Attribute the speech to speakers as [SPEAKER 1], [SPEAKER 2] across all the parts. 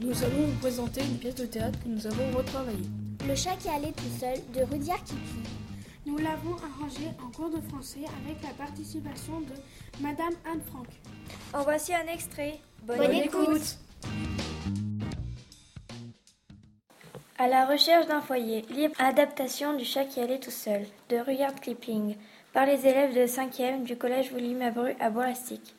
[SPEAKER 1] nous allons vous présenter une pièce de théâtre que nous avons retravaillée.
[SPEAKER 2] Le chat qui allait tout seul de Rudyard Kipling.
[SPEAKER 3] Nous l'avons arrangé en cours de français avec la participation de Madame Anne Frank.
[SPEAKER 4] En voici un extrait.
[SPEAKER 2] Bonne, Bonne écoute. écoute.
[SPEAKER 4] À la recherche d'un foyer, libre adaptation du chat qui allait tout seul, de Rudyard Kipling, par les élèves de 5e du collège William Abru à Bourlastique.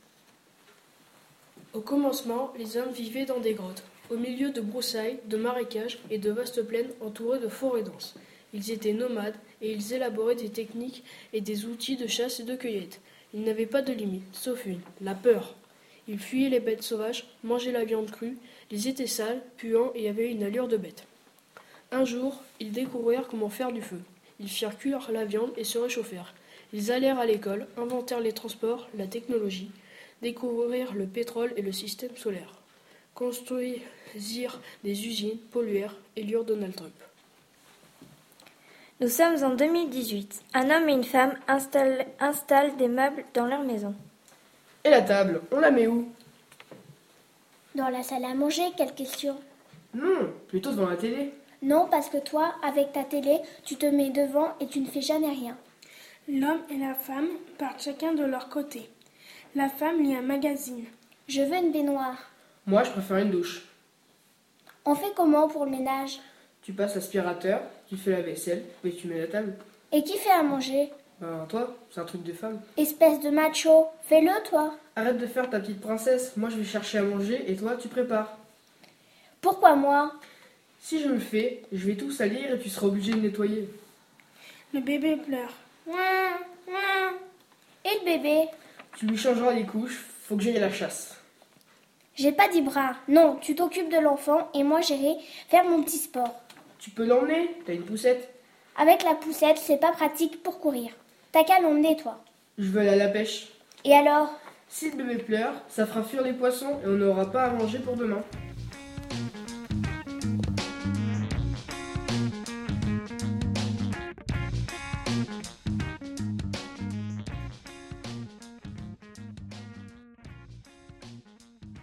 [SPEAKER 1] Au commencement, les hommes vivaient dans des grottes, au milieu de broussailles, de marécages et de vastes plaines entourées de forêts denses. Ils étaient nomades et ils élaboraient des techniques et des outils de chasse et de cueillette. Ils n'avaient pas de limite, sauf une, la peur. Ils fuyaient les bêtes sauvages, mangeaient la viande crue, les étaient sales, puants et avaient une allure de bête. Un jour, ils découvrirent comment faire du feu. Ils firent cuire la viande et se réchauffèrent. Ils allèrent à l'école, inventèrent les transports, la technologie, découvrirent le pétrole et le système solaire, construisirent des usines, polluèrent, élurent Donald Trump.
[SPEAKER 4] Nous sommes en 2018. Un homme et une femme installent, installent des meubles dans leur maison.
[SPEAKER 5] Et la table, on la met où
[SPEAKER 2] Dans la salle à manger, quelle question
[SPEAKER 5] Non, Hmm, plutôt devant la télé.
[SPEAKER 2] Non, parce que toi, avec ta télé, tu te mets devant et tu ne fais jamais rien.
[SPEAKER 3] L'homme et la femme partent chacun de leur côté. La femme lit un magazine.
[SPEAKER 2] Je veux une baignoire.
[SPEAKER 5] Moi, je préfère une douche.
[SPEAKER 2] On fait comment pour le ménage
[SPEAKER 5] Tu passes l'aspirateur, tu fais la vaisselle, mais tu mets la table.
[SPEAKER 2] Et qui fait à manger
[SPEAKER 5] Ben toi, c'est un truc de femme.
[SPEAKER 2] Espèce de macho, fais-le toi.
[SPEAKER 5] Arrête de faire ta petite princesse, moi je vais chercher à manger et toi tu prépares.
[SPEAKER 2] Pourquoi moi
[SPEAKER 5] Si je le fais, je vais tout salir et tu seras obligé de nettoyer.
[SPEAKER 3] Le bébé pleure.
[SPEAKER 2] Et le bébé
[SPEAKER 5] Tu lui changeras les couches, faut que j'aille à la chasse.
[SPEAKER 2] J'ai pas dit bras. Non, tu t'occupes de l'enfant et moi j'irai faire mon petit sport.
[SPEAKER 5] Tu peux l'emmener T'as une poussette
[SPEAKER 2] Avec la poussette, c'est pas pratique pour courir. T'as qu'à l'emmener, toi.
[SPEAKER 5] Je veux aller à la pêche.
[SPEAKER 2] Et alors
[SPEAKER 5] Si le bébé pleure, ça fera fuir les poissons et on n'aura pas à manger pour demain.